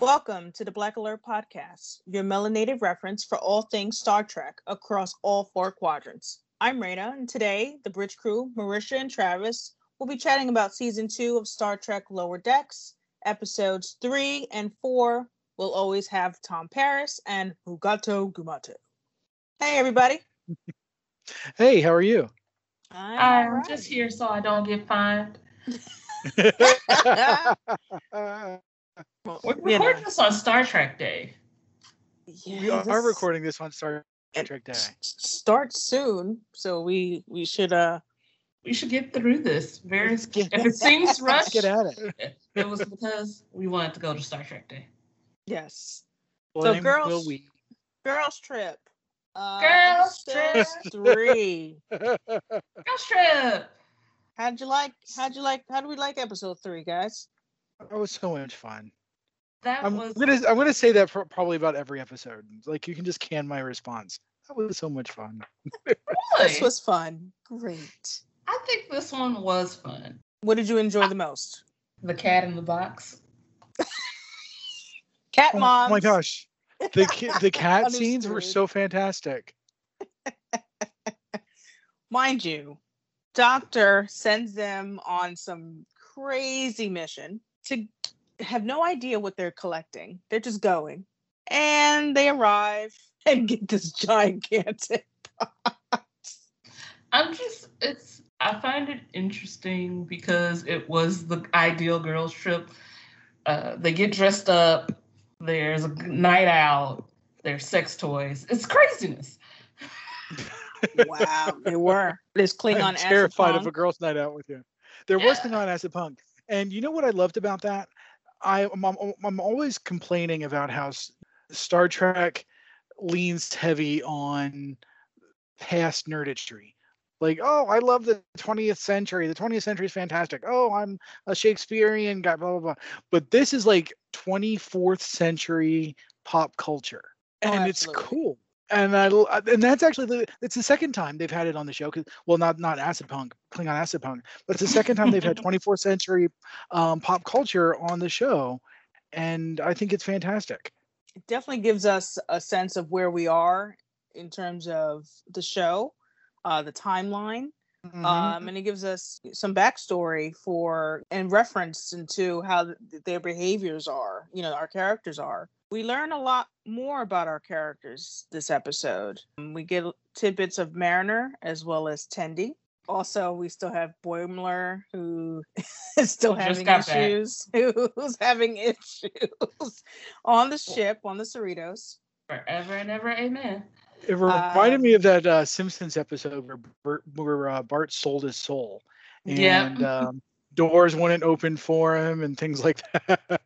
Welcome to the Black Alert Podcast, your melanated reference for all things Star Trek across all four quadrants. I'm Raina, and today the bridge crew, Marisha and Travis, will be chatting about season two of Star Trek Lower Decks. Episodes three and four will always have Tom Paris and Hugato Gumato. Hey, everybody. Hey, how are you? I'm all I'm right. just here so I don't get fined. we Well, We're you know, recording this on Star Trek Day. yeah, are this- recording this on Star Trek Day. s- Starts soon, so we we should uh We should get through this. Very, Let's if get- it seems rushed, Get at it. it was because we wanted to go to Star Trek Day. yes Well, So, girls- will we? Girls Trip. Uh, Girls episode Three. Girls trip. How'd you like? How'd you like? How do we like episode three, guys? That was so much fun. That I'm was gonna I'm gonna say that for probably about every episode. Like you can just can my response. That was so much fun. Oh, This really. was fun. Great. I think this one was fun. What did you enjoy the most? The cat in the box. Cat Oh, mom. my gosh, the ca- the cat scenes were Understood. so fantastic. Mind you, Doctor sends them on some crazy mission to have no idea what they're collecting. They're just going, and they arrive and get this gigantic. I'm just it's I find it interesting because it was the ideal girls trip. Uh, they get dressed up. There's a night out. There's sex toys. It's craziness. Wow, they were. This Klingon I'm acid terrified of pong. a girls' night out with you. There was Yeah. Klingon acid punk, and you know what I loved about that? I, I'm, I'm, I'm always complaining about how S- Star Trek leans heavy on past nerdistry. Like, oh, I love the 20th century. The 20th century is fantastic. Oh, I'm a Shakespearean guy, blah blah blah. But this is like 24th century pop culture, Oh, and it's absolutely. cool and I l- uh, and that's actually the it's the second time they've had it on the show. 'cause- well, not not acid punk, Klingon acid punk, but it's the second time they've had 24th century um, pop culture on the show, and I think it's fantastic. it definitely gives us a sense of where we are in terms of the show, uh, the timeline, Mm-hmm. Mm-hmm. um, and it gives us some backstory for and reference into how th- their behaviors are. You know, our characters are. We learn a lot more about our characters this episode. And We get tidbits of Mariner as well as Tendy. Also, we still have Boimler who is still Just having got back. issues. Who's having issues on the ship on the Cerritos. Forever and ever, amen. it reminded me um, of that uh, Simpsons episode where Bert, where uh, Bart sold his soul, and Yeah. um, doors wouldn't open for him, and things like that.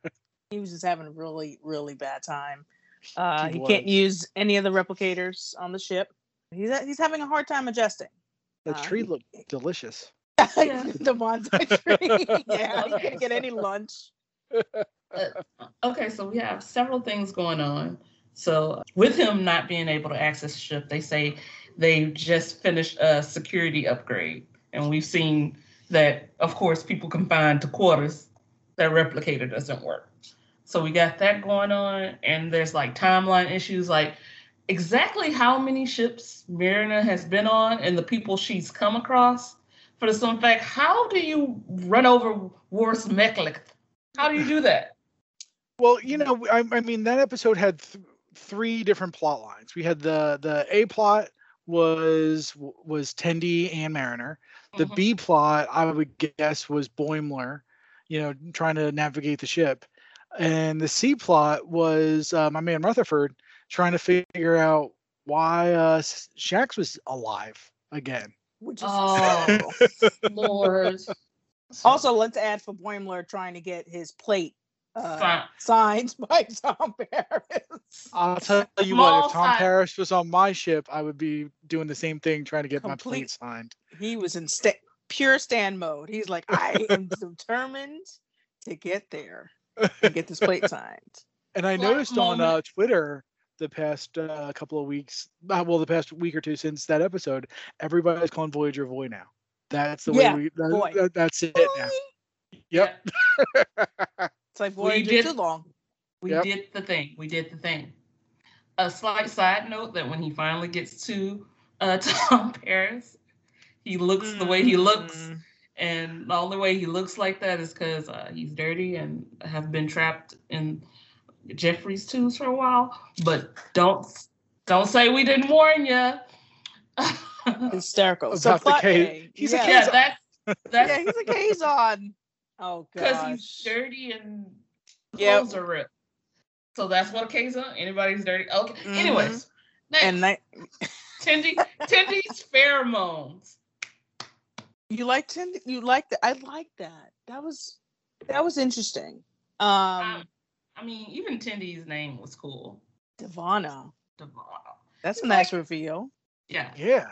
he was just having a really really bad time uh He he, can't was. use any of the replicators on the ship he's he's having a hard time adjusting the Uh, tree looked delicious. Yeah. the bonsai tree yeah he couldn't get any lunch Okay, so we have several things going on. So with him not being able to access the ship, they say they just finished a security upgrade, and we've seen that, of course, people confined to quarters, that replicator doesn't work. So we got that going on, and there's like timeline issues, like exactly how many ships Marina has been on and the people she's come across. For the simple fact, how do you run over Wars Mechlik? How do you do that? Well, you know, I, I mean, that episode had th- three different plot lines. We had the the A plot was was Tendy and Mariner. The Mhm. B plot, I would guess, was Boimler, you know, trying to navigate the ship, and the C plot was uh, my man Rutherford trying to figure out why uh, S- Shax was alive again. which is Oh, Lord. also let's add for boimler trying to get his plate uh, Fine. signed by tom paris I'll tell you what, Small if Tom side- Paris was on my ship, I would be doing the same thing, trying to get my Complete- plate signed. he was in sta- pure stand mode he's like i am determined to get there and get this plate signed And I Like noticed on moment. uh, Twitter the past uh, couple of weeks, uh, well, the past week or two since that episode, everybody's calling Voyager Voy now. That's the Yeah, way we. Voy. That, that- that's it now. It's like Well, you Voyager did- too long. We Yep. did the thing. We did the thing. A slight side note that when he finally gets to uh, Tom Paris, he looks the way he looks, Mm. and the only way he looks like that is because uh, he's dirty and have been trapped in Jeffrey's tubes for a while. But don't don't say we didn't warn you. Hysterical. About the plot cave- A. he's a yeah. yeah, that's that's yeah, he's a Kazon. Oh Because gosh. he's dirty and Yep. clothes are ripped. So that's what a case on. Anybody's dirty. Okay. Mhm. Anyways, next, And I, Tindy, Tindy's pheromones. you liked him. You liked that. I liked that. That was that was interesting. Um, I, I mean, even Tindy's name was cool. Devana. Devon. That's a nice reveal. Yeah. Yeah.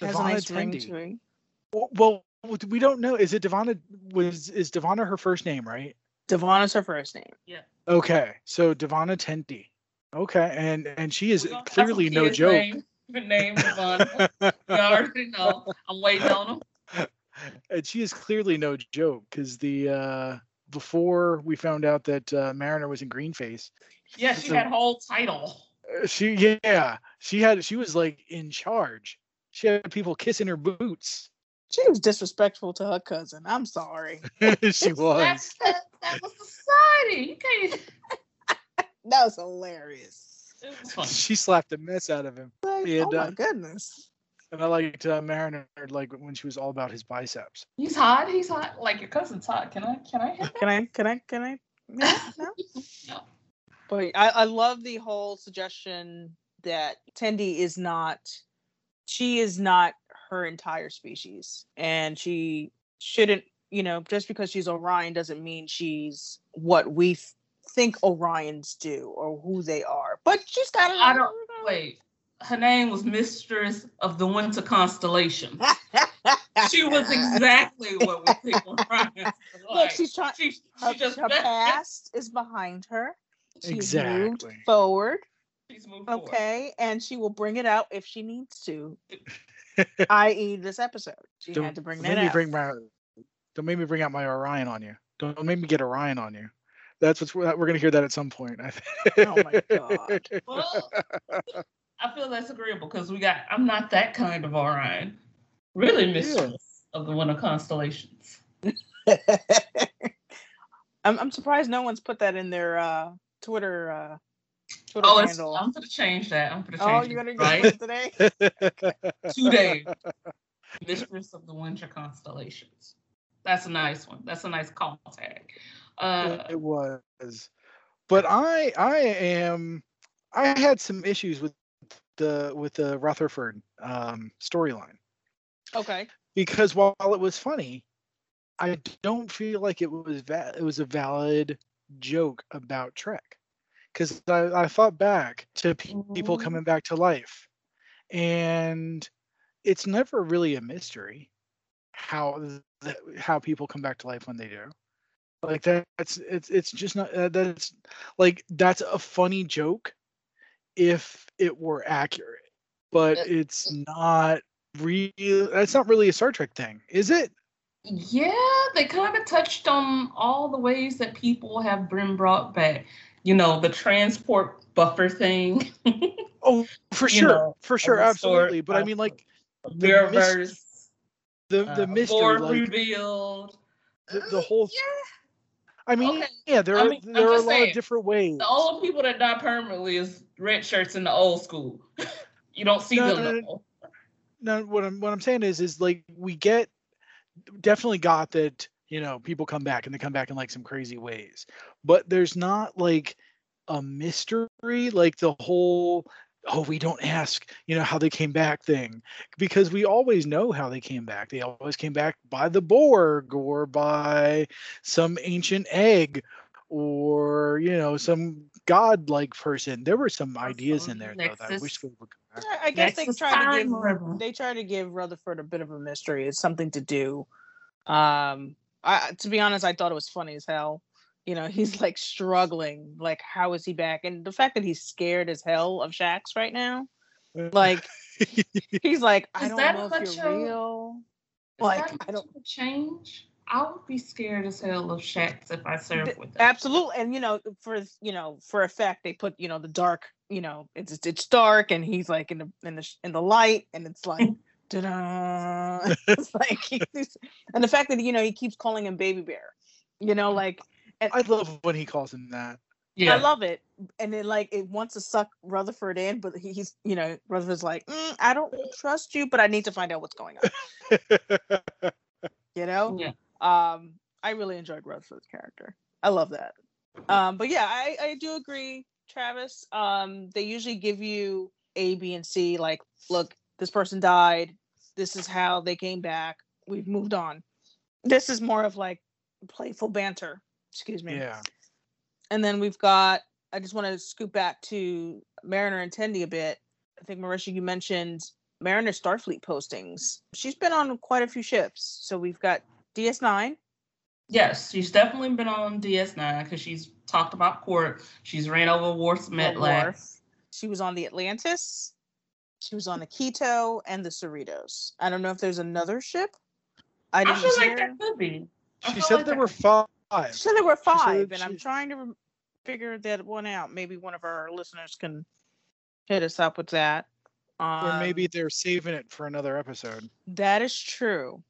Has a Devonna nice ring Tendy. to it. Well, well, we don't know. Is it Devonna? Was is Devonna her first name, right? Devana's her first name. Okay, so Devonna Tendy. Okay, and and she is We gonna have clearly a no kid's joke. Name, name Devon. you already know. I'm waiting on him. and she is clearly no joke because the uh, before we found out that uh, Mariner was in Greenface, Yeah, she So- had whole title. uh, she yeah she had she was like in charge. She had people kissing her boots. She was disrespectful to her cousin. I'm sorry. she That, was. that, that was society. You can't. That was hilarious. It was funny. She slapped the mess out of him, Like, Yeah, oh my duh. goodness. and I liked uh, Mariner like when she was all about his biceps. He's hot. He's hot. Like your cousin's hot. Can I? Can I? Have Can I? Can I? Can I? No, no. No. But I, I love the whole suggestion that Tendi is not, she is not her entire species, and she shouldn't. You know, just because she's Orion doesn't mean she's what we f- think Orions do or who they are. But she's got. a I lot don't- Wait, her name was Mistress of the Winter Constellation. of- She was exactly what we think were right. Look, Like, she, she's trying. she, Her, just her past is behind her. She's moved Exactly. forward. She's moved forward. Okay, and she will bring it out if she needs to, i.e., this episode. She Don't had to bring don't that make me out. bring my don't make me bring out my Orion on you. Don't, don't make me get Orion on you. That's what's we're we're gonna hear that at some point. I think. Oh my God. Well, I feel that's agreeable because we got. I'm not that kind of Orion. Really, Mistress of the Winter Constellations. I'm, I'm surprised no one's put that in their uh, Twitter uh, Twitter Oh, it's, handle. I'm gonna change that. I'm gonna change. Oh, it, you're gonna get right? one today? today. Mistress of the Winter Constellations. That's a nice one. That's a nice call tag. Uh, it was, but I I am I had some issues with the with the Rutherford um, storyline Okay. because while it was funny, I don't feel like it was va- it was a valid joke about Trek because I, I thought back to pe- people Mhm. coming back to life and it's never really a mystery how th- how people come back to life when they do like that, that's it's it's just not uh, that's like that's a funny joke if it were accurate but Uh, it's not real that's not really a star trek thing is it yeah, they kind of touched on all the ways that people have been brought back. You know, the transport buffer thing, oh for You sure know, for sure restore- absolutely but i uh, mean like mirrorverse, the uh, the mystery Borg like revealed. the, the whole Yeah, i mean okay. yeah there I are mean, I'm there are a just lot saying, of different ways the only people that die permanently is red shirts in the old school. you don't see No, them. no, no no. more. no what i'm what i'm saying is is like we get definitely got that you know people come back and they come back in like some crazy ways but there's not like a mystery like the whole oh we don't ask you know how they came back thing because we always know how they came back they always came back by the borg or by some ancient egg or you know some god-like person there were some ideas in there though that i Nexus. wish we would come back I guess they Nexus tried to time give level. they try to give Rutherford a bit of a mystery. It's something to do. Um, I to be honest, I thought it was funny as hell. You know, he's like struggling. Like, how is he back? And the fact that he's scared as hell of Shax right now. Like, he's like, I Is don't that know what if you're your- real. Is Like, that I don't. much of a change. I would be scared as hell of Shax if I served with them. Absolutely, and you know, for you know, for a fact, they put you know the dark. You know, it's it's dark, and he's like in the in the in the light, and it's like. Ta-da. It's like he's- and the fact that you know he keeps calling him baby bear, you know, like and I love when he calls him that. Yeah. I love it. And then like it wants to suck Rutherford in, but he, he's you know Rutherford's like, "Mm, I don't trust you, but I need to find out what's going on. You know, yeah. um, I really enjoyed Rutherford's character. I love that. Um, but yeah, I I do agree, Travis. Um, they usually give you A, B, and C. Like, look, this person died. This is how they came back. We've moved on. This is more of like playful banter. Excuse me. yeah. And then we've got, I just want to scoop back to Mariner and Tendy a bit. I think, Marisha, you mentioned Mariner Starfleet postings. She's been on quite a few ships. So we've got DS9. Yes, she's definitely been on DS9 because she's talked about court. She's ran over Worf's Metlax. Worf. She was on the Atlantis. She was on the Keto and the Cerritos. I don't know if there's another ship. I I didn't feel hear. like that could be. I She feel said like there that- were five. She said there were said five, and I'm she- trying to rem- figure that one out. Maybe one of our listeners can hit us up with that. Um, Or maybe they're saving it for another episode. That is true.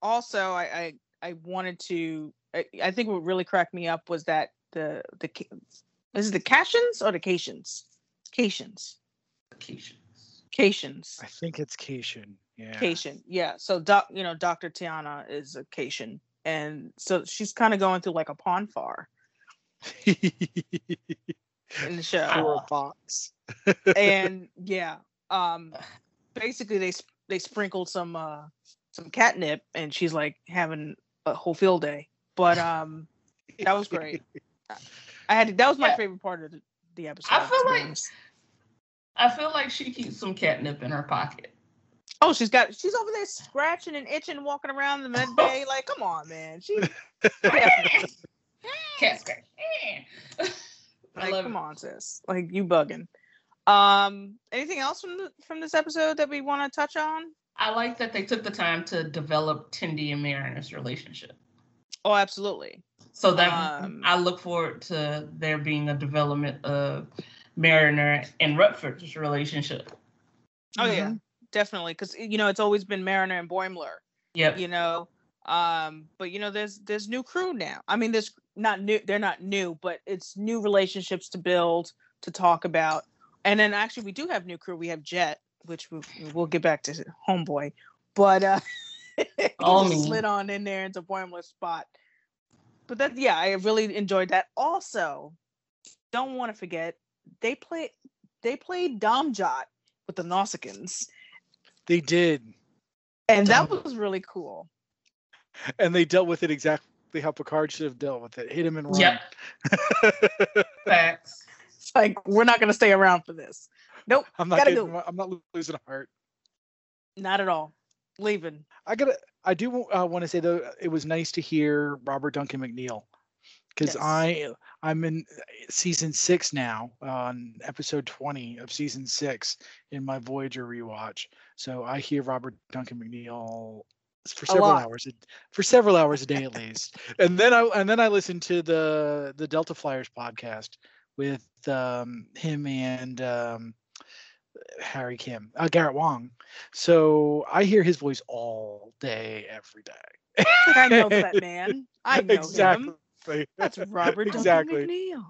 Also, I I, I wanted to. I, I think what really cracked me up was that the the Ca- is it the Cations or the Cations? Cations. Keisha's. Cations. I think it's Cation. Yeah. Cation. Yeah. So doc, you know, Dr. Tiana is a Cation, and so she's kind of going through like a pawn far in the show, For a box. and yeah, um, basically they sp- they sprinkled some uh some catnip, and she's like having a whole field day. But um, that was great. I had to, that was my Yeah. favorite part of the, the episode. I feel to be like- honest. I feel like she keeps some catnip in her pocket. oh, she's got she's over there scratching and itching, walking around the med Oh. bay. Like, come on, man, she Cat scratch. I Like, love come it. on, sis. Like you bugging. Um, anything else from the, from this episode that we want to touch on? I like that they took the time to develop Tindy and Mariner's relationship. Oh, absolutely. So that Um, I look forward to there being a development of Mariner and Rutherford's relationship. Oh mm-hmm. yeah, definitely. Because you know it's always been Mariner and Boimler. Yep. You know, um, but you know there's there's new crew now. I mean, there's not new. They're not new, but it's new relationships to build to talk about. And then actually, we do have new crew. We have Jet, which we, we'll get back to homeboy, but uh, he Oh, just man. slid on in there into Boimler's spot. But that, yeah, I really enjoyed that. Also, don't want to forget they play they played Domjot with the Nausicaans, They did. and that was really cool. And they dealt with it exactly how Picard should have dealt with it. Hit him and run. Yep. Facts. It's like we're not gonna stay around for this. Nope, I'm not Gotta getting, go. my- I'm not lo- losing a heart. not at all. Leaving. I gotta. I do uh, want to say though, it was nice to hear Robert Duncan McNeil because Yes. I I'm in uh, season six now on episode 20 of season six in my Voyager rewatch. So I hear Robert Duncan McNeil for several lot. hours a- for several hours a day at least. and then I and then I listened to the the Delta Flyers podcast with um, him and um, Harry Kim, uh, Garrett Wong. So I hear his voice all day, every day. I know that man. I know him. exactly. That's Robert Duncan Exactly. McNeil.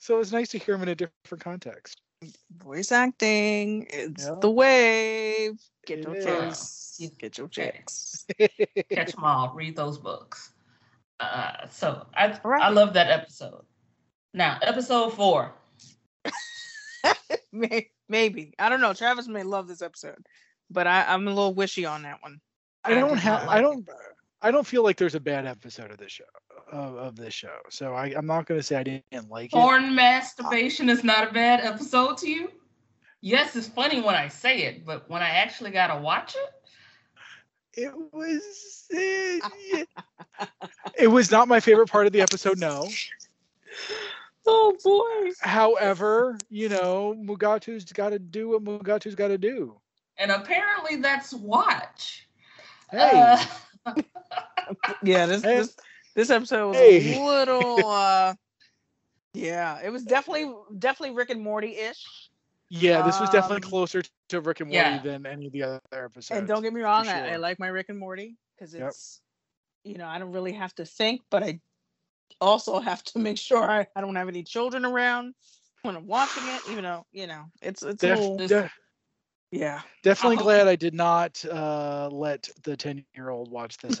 So it's nice to hear him in a different context. Voice acting. It's Yeah. the wave. Get It your is. checks. Yeah. Get your checks. Catch them all. Read those books. Uh, so I All right. I love that episode. Now episode four. May- Maybe. I don't know. Travis may love this episode, but I, I'm a little wishy on that one. I I don't did have. not I like don't. I don't feel like there's a bad episode of this show. Of, of this show, so I, I'm not going to say I didn't like it. Porn masturbation is not a bad episode to you. Yes, it's funny when I say it, but when I actually gotta watch it, it was eh, it was not my favorite part of the episode no Oh boy. however you know mugatu's got to do what mugatu's got to do and apparently that's watch. hey Uh, yeah, this this, this episode was Hey. a little. uh Yeah, it was definitely definitely Rick and Morty ish. Yeah, this was Um, definitely closer to Rick and Morty yeah. than any of the other episodes. And don't get me wrong, I, I sure. like my Rick and Morty because Yep. it's, you know, I don't really have to think, but I also have to make sure I, I don't have any children around when I'm watching it. Even though you know, it's it's a Def- little, This- de- yeah, definitely Uh-huh. glad I did not uh, let the ten-year-old watch this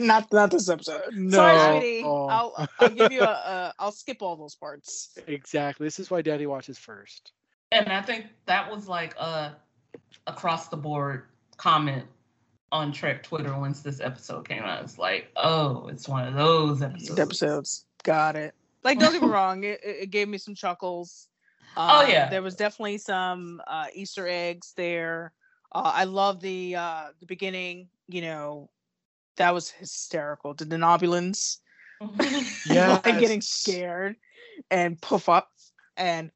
not not this episode. no, Sorry, sweetie. Oh, I'll I'll give you a, a I'll skip all those parts. exactly. This is why Daddy watches first. And I think that was like a across the board comment on Trek Twitter once this episode came out. It's like, oh, it's one of those episodes. episodes. Got it. Like, don't get me wrong, it, it it gave me some chuckles. Oh, Um, yeah. there was definitely some uh, Easter eggs there. Uh, I love the uh, the beginning. You know, that was hysterical. The denobulans Yeah, like getting scared and puff up and,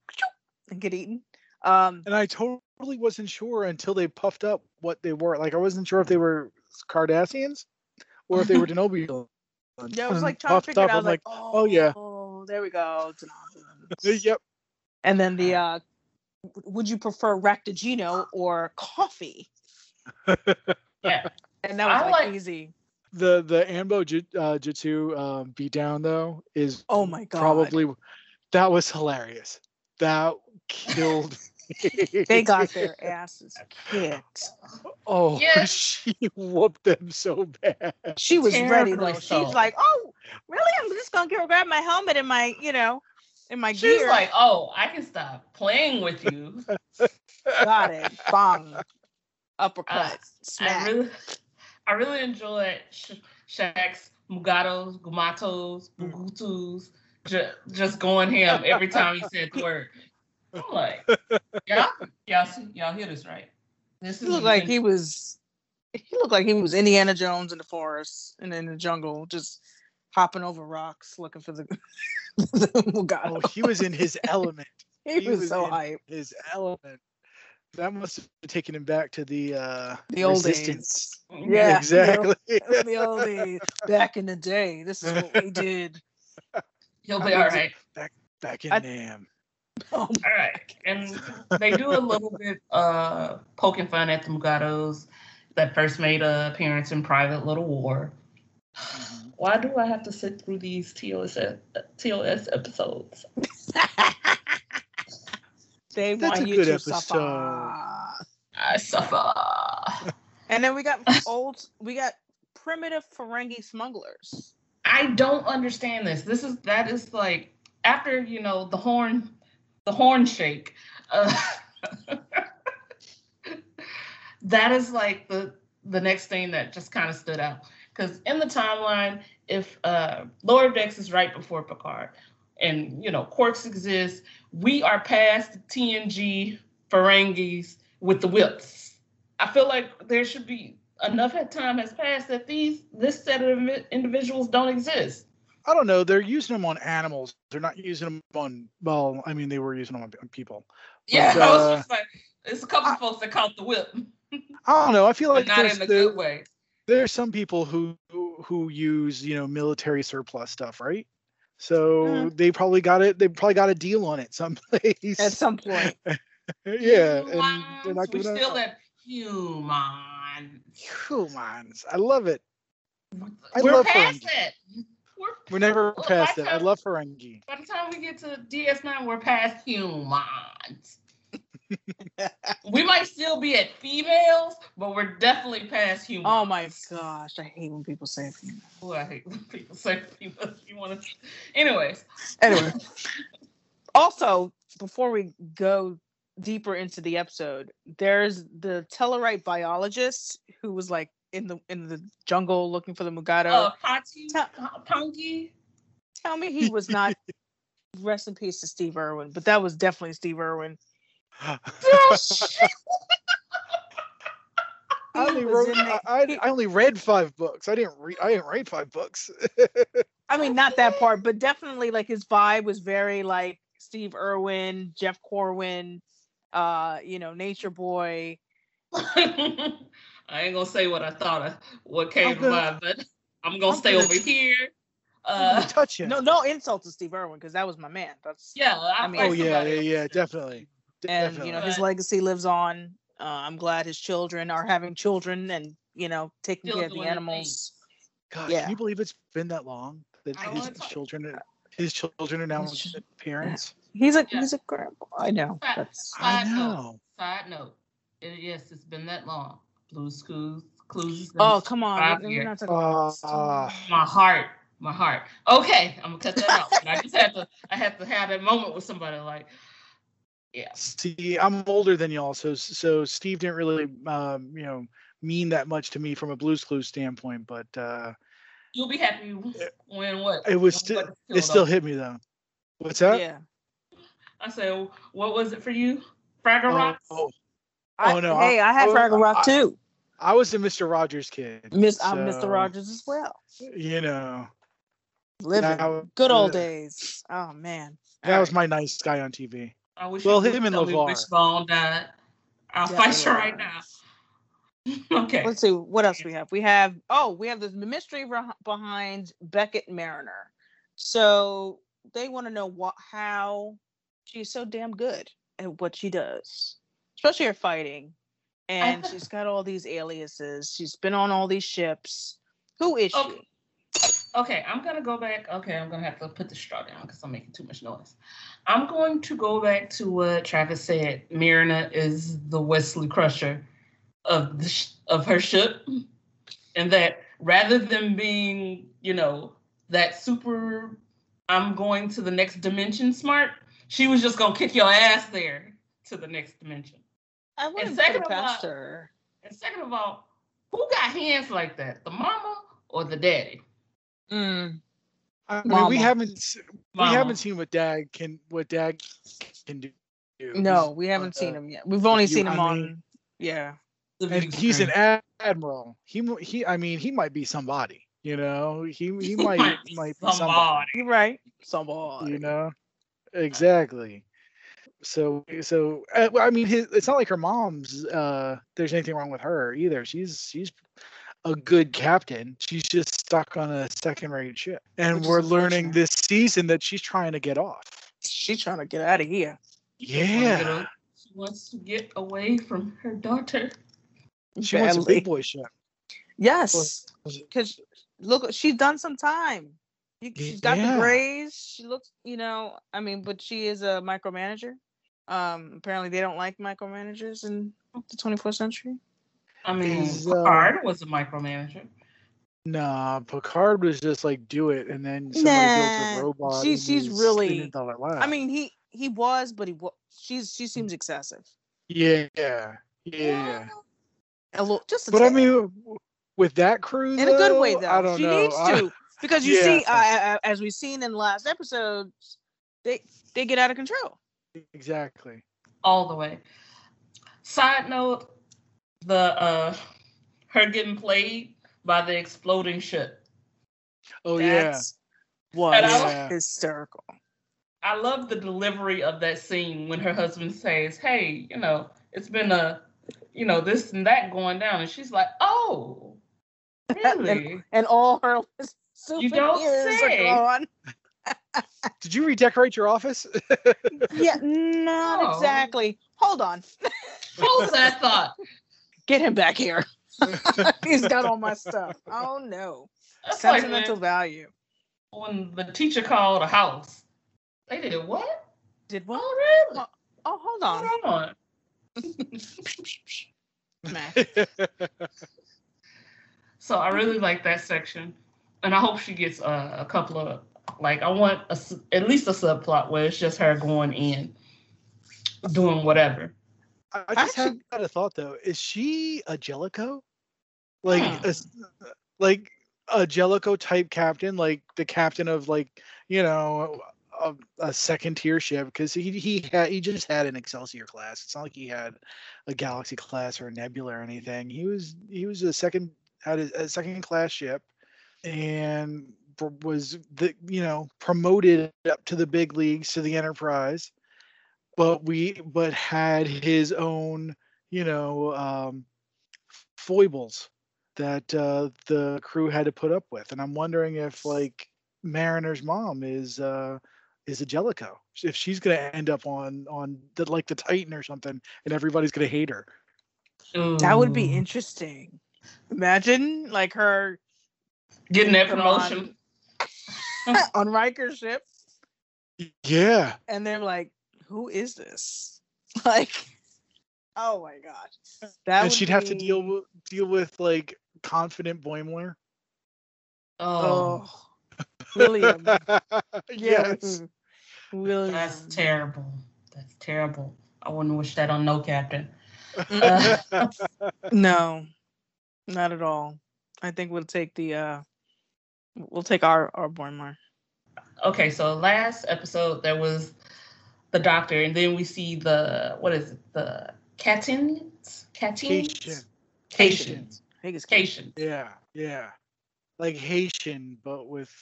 and get eaten. Um, and I totally wasn't sure until they puffed up what they were. Like I wasn't sure if they were Cardassians or if they were Denobulans. yeah, I was And like trying to puffed figure it up, out. I I'm was like, oh, yeah. oh, there we go. Denobulans. yep. And then the uh, w- would you prefer Ractagino or coffee? Yeah. And that was I like, like- easy. The the Ambo Jit- uh, Jitsu um, beatdown though is Oh my god! probably that was hilarious. That killed me. they got their asses kicked. oh Yeah. she whooped them so bad. She was ready Terribly though. so. She's like, "Oh, really? I'm just gonna go grab my helmet and my, you know, and my She was gear." like, oh, I can stop playing with you. got it. Bong. Uppercut. Uh, I smack. really, I really enjoyed Sh- Shaq's Mugatos, Gumatos, Mm. Bugutus, ju- just going ham every time he said the word. I'm like, y'all, y'all, see- y'all hear this right? This he looked like even- he was. He looked like he was Indiana Jones in the forest and in the jungle, just hopping over rocks looking for the. the God, Oh, he was in his element. he, he was, was so in- hype. His element. That must have taken him back to the uh The old resistance. days. Yeah, the exactly. the old days. Back in the day, this is what we did. You'll be all right. Back in I- Nam. Oh, All right. And they do a little bit uh poking fun at the Mugatos that first made a appearance in Private Little War. Mm-hmm. Why do I have to sit through these TOS, TOS episodes? they That's want a you good to episode. suffer. I suffer. And then we got old. We got primitive Ferengi smugglers. I don't understand this. This is that is like after you know the horn, the horn shake. Uh, that is like the the next thing that just kind of stood out because in the timeline, if uh, Lower Decks is right before Picard, and you know Quarks exists, we are past the TNG Ferengis with the whips. I feel like there should be enough time has passed that these this set of invi- individuals don't exist. I don't know. They're using them on animals. They're not using them on. Well, I mean, they were using them on on people. Yeah, But, I was uh, just like, it's a couple folks that caught the whip, I don't know. I feel but like not there's, in a there, good way. there are some people who who who use you know military surplus stuff, right? So Mm-hmm. Mhm. they probably got it. They probably got a deal on it someplace. At some point, yeah, and they're Humans, not we giving it still up. at human. humans. I love it. I We're love past Ferengi. that. We're, We're never Well, past by it. I the- love Ferengi. by the time we get to DS9, we're past humans. we might still be at females, but we're definitely past humans. Um, oh my gosh, I hate when people say female. Boy, I hate when people say people. You want to? Anyways, Anyway, also before we go deeper into the episode, there's the Tellarite biologist who was like in the in the jungle looking for the Mugato. uh, Oh, Pati, Ta- Pongi. tell me he was not rest in peace to Steve Irwin, but that was definitely Steve Irwin. I He only was wrote. in I, the- I, he- I only read five books. I didn't read. I didn't write five books. I mean, not that part, but definitely like his vibe was very like Steve Irwin, Jeff Corwin, uh, you know, Nature Boy. I ain't gonna say what I thought, of, what came I'm to gonna- mind, but I'm gonna I'm stay gonna- over here. I'm Uh, gonna touch you. No, no insult to Steve Irwin because that was my man. That's yeah, I I mean- fight oh yeah, somebody yeah, else. yeah, definitely. De- and definitely. you know his Right. legacy lives on. Uh, I'm glad his children are having children and you know taking Still care of the doing their animals. Gosh, yeah. can you believe it's been that long that I his wanna talk- children, are, his children are now His ch- with parents? He's a Yeah. he's a grandpa. I know. Right. That's I Side note. know. Side note, Uh, yes, it's been that long. Blues Clues, Clues. oh come on. five We're, we're years. not talking Uh, uh, my heart, my heart. Okay, I'm gonna cut that out. But I just had to, I had to have that moment with somebody. Like, see, I'm older than y'all, so so Steve didn't really, um, you know, mean that much to me from a Blues Clues standpoint, but uh, you'll be happy when what? it was when still, what it killed still off. hit me though. What's that? yeah. I said, what was it for you? Fraggle Rocks. Oh, I, Oh, no, Hey, I, had I- Fraggle Rock I- too. I was a Mr. Rogers kid. Miss I'm Mr. so, Rogers as well. You know, Living Now- good old uh, days. Oh man. that All was right. my nice guy on TV. I wish well, you him and would tell me LeVar. which bone died. I'll Yeah, fight you LeVar. right now. okay. Let's see what else we have. We have oh, we have this mystery beh- behind Beckett Mariner. So they want to know what how she's so damn good at what she does, especially her fighting. And she's got all these aliases. She's been on all these ships. Who is she? Okay. Okay, I'm gonna go back. Okay, I'm gonna have to put the straw down because I'm making too much noise. I'm going to go back to what Travis said. Marina is the Wesley Crusher of the sh- of her ship, and that rather than being, you know, that super, I'm going to the next dimension smart, she was just gonna kick your ass there to the next dimension. I wouldn't put second it of all- past her. And second of all, who got hands like that, the mama or the daddy? Mm. I mean, Mama. we haven't s- Mama. we haven't seen what Dad can what Dad can do. No, we haven't uh, seen him yet. We've only you- seen him I on. mean- yeah. The and big he's screen. an ad- admiral. He mo- he. I mean, he might be somebody. You know, he he might might be somebody. You're right. Somebody. You know, exactly. So so uh, well, I mean, his, it's not like her mom's. Uh, there's anything wrong with her either. She's she's a good captain. She's just stuck on a second rate ship, and Which is we're learning unfortunate. this season that she's trying to get off. She's trying to get out of here. Yeah, She wants to get away from her daughter. she wants a Badly. big boy ship. Yes, because look, she's done some time. You- Y- She's got yeah. the grays. She looks, you know, I mean, but she is a micromanager. Um, apparently they don't like micromanagers in the 24th century. I mean, Is, uh, Picard was a micromanager. Nah, Picard was just like do it, and then somebody builds Nah, a robot. she- and she's he's really- in it all at once. I mean, he he was, but he was. She's she seems excessive. yeah, yeah, yeah. A little, just a But I tad. mean, w- with that crew, in a good way though. I don't she know. needs I- to because you Yeah. see, uh, uh, as we've seen in the last episode, they they get out of control. exactly. All the way. Side note, the uh her getting played by the exploding ship. Oh That's was And I was- Yeah. hysterical. I love the delivery of that scene when her husband says, Hey, you know, it's been a you know, this and that going down, and she's like, Oh, really? and all her souvenirs don't are say. gone. yeah. Did you redecorate your office? Yeah, not No. exactly. Hold on, What was that thought? get him back here. He's got all my stuff. Oh no, That's like when- sentimental value. when the teacher called a house. They did what? Did what? Oh, really? Oh, hold on, Hold on. Mac. So I really like that section, and I hope she gets a, a couple of like I want a s at least a subplot where it's just her going in, doing whatever. I I just Actually- had a thought though. Is she a Jellicoe? Like Hmm. a, s- like a Jellicoe type captain, like the captain of like you know a, a second tier ship because he he had he just had an Excelsior class. It's not like he had a Galaxy class or a Nebula or anything. He was he was a second had a, a second class ship and pr- was the you know promoted up to the big leagues to the Enterprise but we but had his own you know um foibles that uh, the crew had to put up with, and I'm wondering if like Mariner's mom is uh, is a Jellicoe, if she's gonna end up on on the, like the Titan or something, and everybody's gonna hate her. That would be Ooh. interesting. Imagine like her getting that Come promotion. on Riker's ship, Yeah, and they're like, "Who is this?" Like, oh my god, that and would she'd have to deal be- with deal with like confident Boimler. Oh, Oh, William. yes. William. that's terrible. That's terrible. I wouldn't wish that on no captain. Mm, no, not at all. I think we'll take the uh we'll take our our Bornmar. Okay, so last episode there was the doctor, and then we see the what is it? The Catinians? Haitian. Catinians? Haitians. Catians. I think it's Cation. Yeah, yeah. Like Haitian, but with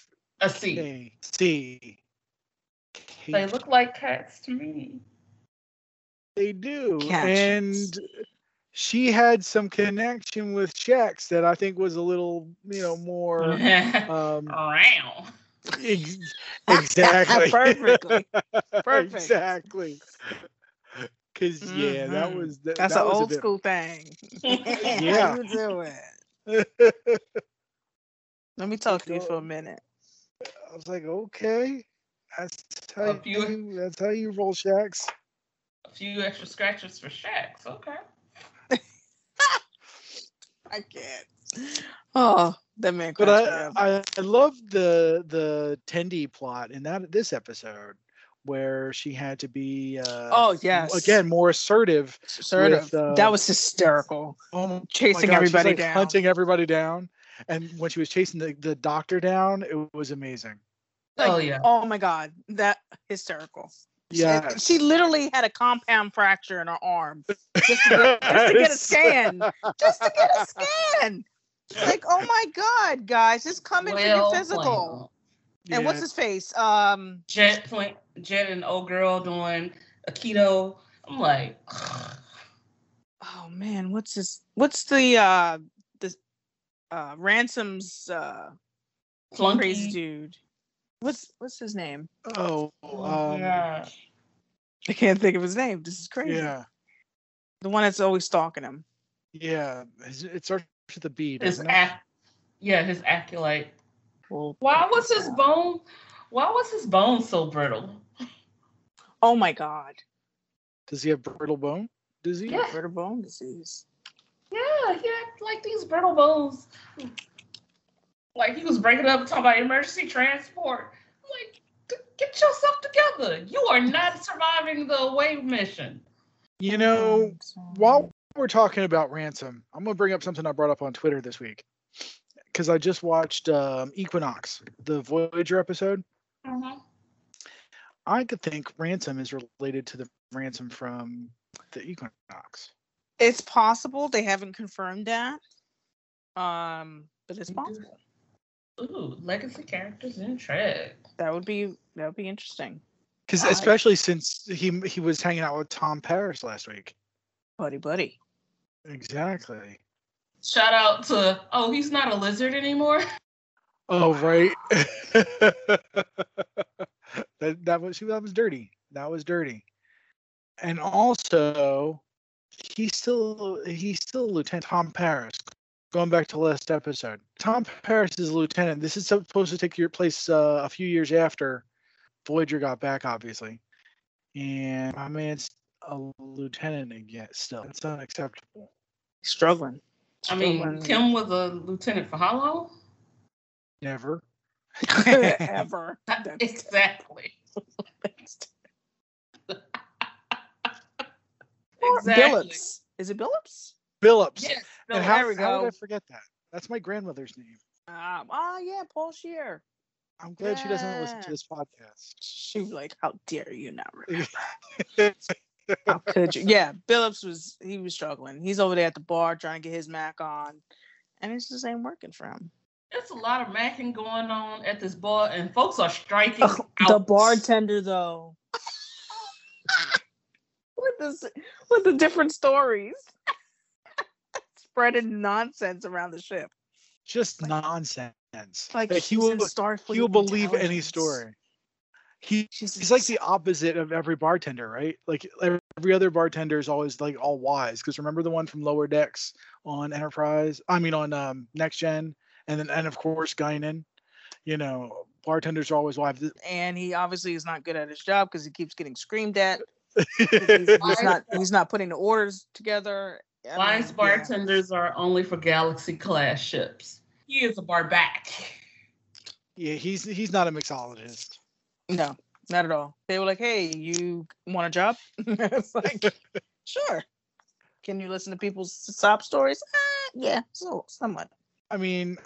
A C. a C. They Haitian. look like cats to me. They do. Catchings. And she had some connection with Shax that I think was a little, you know, more Uh, Oh. um Round. ex- exactly. Perfectly. Perfect. Exactly. Cause yeah, that Mhm. was that, That's that an was a old bit- school thing. How Yeah. you doing? Let me talk to you for a minute. I was like, okay. That's how Up you- you, that's how you roll Shax. A few extra scratches for Shax. Okay. I can't. Oh, that man. But cracks me I, up. I I love the the Tendy plot in that this episode where she had to be uh, oh yes. again more assertive. assertive. with, uh, that was hysterical. Oh my Chasing God, she's, everybody like, down. hunting everybody down. And when she was chasing the, the doctor down, it was amazing. Like, oh yeah. Oh my god, that hysterical. She- Yeah, She, literally had a compound fracture in her arm just to get, just to get a scan. Just to get a scan. She's like, oh my god, guys, just come in Well for your physical. Yeah. And what's his face? Um, played. Jet point. Jet and old girl doing a keto. I'm like, oh man, what's his? What's the uh the uh ransom's uh crazy flunky. dude? What's what's his name? oh um, yeah. yeah. I can't think of his name. This is crazy. yeah, The one that's always stalking him. It's- It starts with a B. His doesn't it? ac- Yeah, his acolyte. Well, Why was his bone? Why was his bone so brittle? Oh my god. Does he have brittle bone disease? Yeah. Vertebral bone disease. Yeah, he had like these brittle bones. Like he was breaking up talking about emergency transport. I'm like, "D- get yourself together. You are not surviving the away mission. You know, while we're talking about ransom, I'm gonna bring up something I brought up on Twitter this week because I just watched um, Equinox, the Voyager episode. Mm-hmm. I could think ransom is related to the ransom from the Equinox. it's possible they haven't confirmed that. Um, but Mm-hmm. it's possible. Ooh, legacy characters in Trek. That would be that would be interesting. Because I- especially since he he was hanging out with Tom Paris last week. Buddy buddy. Exactly. Shout out to oh, he's not a lizard anymore. Oh right. that that was that was dirty. That was dirty. And also, he's still he's still Lieutenant Tom Paris. Going back to last episode, Tom Paris is a lieutenant. This is supposed to take your place uh, a few years after Voyager got back, obviously. And my man's a lieutenant again. Still, that's unacceptable. Struggling. I mean, Struggling. Kim was a lieutenant for how long? Never. ever. That's exactly. the best. Or Exactly. Billups. Is it Billups? Billups. Yes. and Billups. how, There we how go. did I forget that? That's my grandmother's name. Um, oh yeah, Paul Shear. I'm glad she doesn't listen Yeah. to this podcast. She was like, How dare you not remember? That's How could you? Yeah, Billups was he was struggling. He's over there at the bar trying to get his Mac on, and it just ain't working for him. There's a lot of macking going on at this bar, and folks are striking. Oh, The out. bartender though. with the s- with the different stories. spreading nonsense around the ship. Just Like- nonsense. Like That he he's in will Starfleet he will believe any intelligence. story. He She's he's like the opposite of every bartender, right? Like every other bartender is always like all wise. Because remember the one from Lower Decks on Enterprise? I mean on um, Next Gen, and then and of course Guinan. You know, bartenders are always wise. and he obviously is not good at his job because he keeps getting screamed at. 'cause He's, he's not he's not putting the orders together. I Wise mean, yeah. bartenders are only for galaxy class ships. He is a barback. yeah, he's he's not a mixologist. No, not at all. They were like, "Hey, you want a job?" it's like, sure. Can you listen to people's sob stories? Uh, yeah, so somewhat. I mean,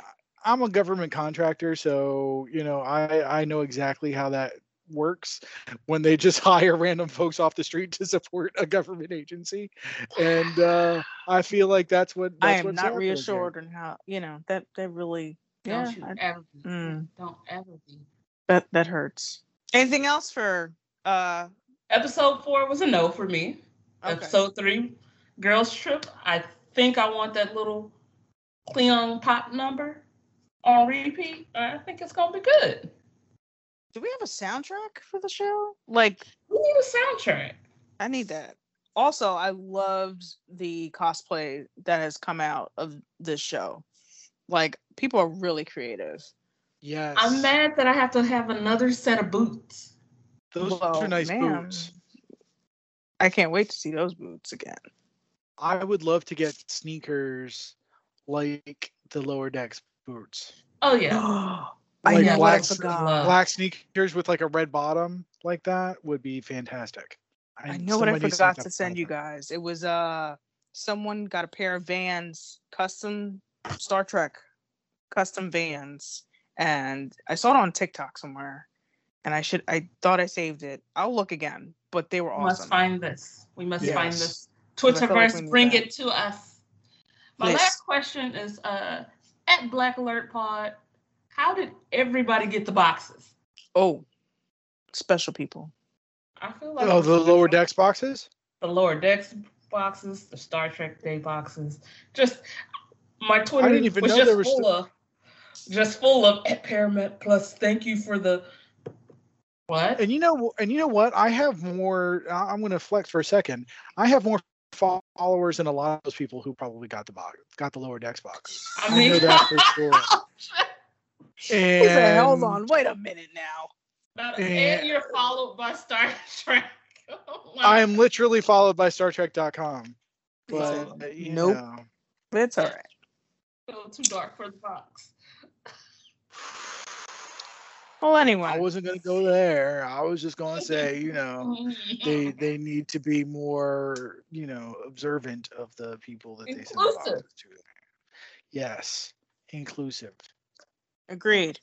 I'm a government contractor, so you know, I I know exactly how that works when they just hire random folks off the street to support a government agency, and uh, I feel like that's what I that's am what's not happening here. reassured on how you know that that really yeah Don't you I- ever be. Mm. Don't ever be. that that hurts. Anything else for uh? Episode four was a no for me. Okay. Episode three, girls trip. I think I want that little Cleon pop number on repeat. I think it's gonna be good. Do we have a soundtrack for the show? Like, We need a soundtrack. I need that. Also, I loved the cosplay that has come out of this show. Like, people are really creative. Yes, I'm mad that I have to have another set of boots. those Well, are nice ma'am. boots. I can't wait to see those boots again. I would love to get sneakers like the lower decks boots, Oh yeah. I Like know, I black- forgot. black sneakers with like a red bottom like that would be fantastic. I know what I somebody needs forgot make to that send you happen. guys. It was uh someone got a pair of Vans, custom Star Trek, custom Vans, and I saw it on TikTok somewhere, and I should I thought I saved it. I'll look again, but they were We must awesome. find this. We must find Yes. this. Because I feel like Twitterverse, we need bring that. it to us. My Please. last question is uh, at Black Alert Pod, how did everybody get the boxes? Oh, special people. I feel like Oh, the lower decks boxes. the lower decks boxes, the Star Trek Day boxes. Just my Twitter didn't even was know just there were full st- of just full of at Paramount Plus. Thank you for the what? And you know, and you know what? I have more. I- I'm going to flex for a second. I have more fo- followers than a lot of those people who probably got the box, got the lower decks boxes. I I know mean, that for sure. And He said, "Hold on, wait a minute now." not- Yeah. and you're followed by Star Trek. Oh I am literally followed by StarTrek.com. He But said, uh, you "Nope." know. It's all right. a little too dark for the box. Well, I anyway, wasn't going to go there. I was just going to say, you know, Um, they they need to be more, you know, observant of the people that they send the Inclusive. boxes to. Yes, inclusive. agreed.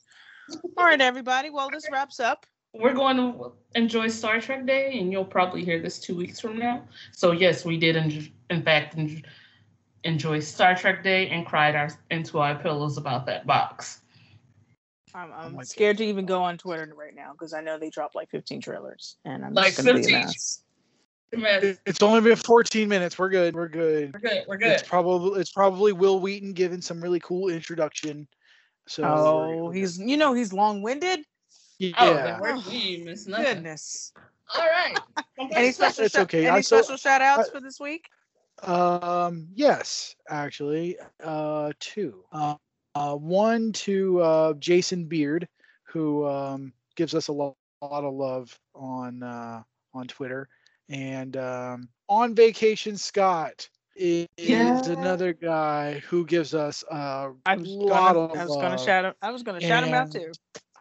All right, everybody. Well, this wraps up. We're going to enjoy Star Trek Day, and you'll probably hear this two weeks from now. So yes, we did, in, in fact, en- enjoy Star Trek Day and cried our into our pillows about that box. I'm, I'm like, scared to even go on Twitter right now because I know they dropped like 15 trailers, and I'm Like just gonna be a 15? mess. We're It- It's only been 14 minutes. We're good. We're good. good. We're good. It's probably it's probably Will Wheaton giving some really cool introduction. So we're- Oh, we're he's you know he's long-winded. good. Oh, yeah. then we're we miss nothing. Goodness. All right. Any special It's shou- okay. any I saw- special shout outs for this week? Um. Yes, actually, uh, two. Uh, uh, one to uh, Jason Beard, who um, gives us a lo- lot of love on uh, on Twitter, and um, on vacation Scott is Yeah. another guy who gives us a I was lot gonna, of I was gonna love. shout out. I was gonna shout him out uh, And- too.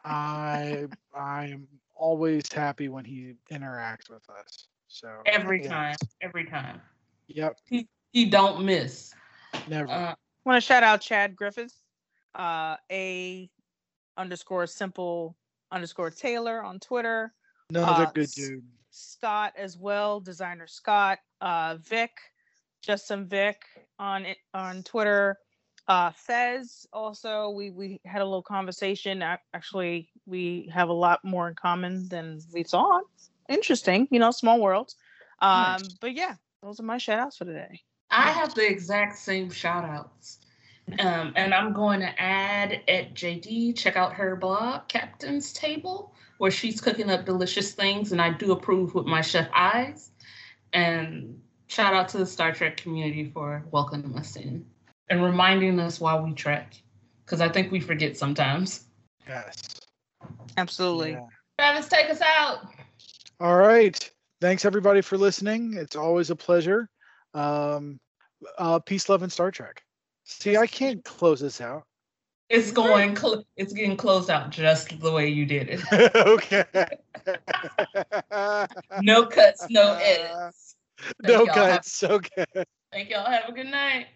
I I'm always happy when he interacts with us. So Every yeah. time. Every time. Yep. You don't miss. Never. Uh, want to shout out Chad Griffith, uh, a underscore simple underscore Taylor on Twitter. Another uh, good s- dude. Scott as well, designer Scott, uh, Vic, Justin Vic on it- on Twitter, uh, Fez. Also, we we had a little conversation. Ac- Actually, we have a lot more in common than we thought. Interesting, you know, small world. Um, Nice. But yeah, those are my shout outs for today. I have the exact same shout outs. Um, and I'm going to add at JD, check out her blog, Captain's Table, where she's cooking up delicious things. And I do approve with my chef eyes. And shout out to the Star Trek community for welcoming us in and reminding us why we trek, because I think we forget sometimes. Yes. Absolutely. Yeah. Travis, take us out. All right. Thanks everybody for listening. It's always a pleasure. Um, uh, peace, love, and Star Trek. See, I can't close this out. It's going, cl- it's getting closed out just the way you did it. okay. No cuts, no edits. Thank no y'all. Have- cuts. Okay. Thank y'all. Have a good night.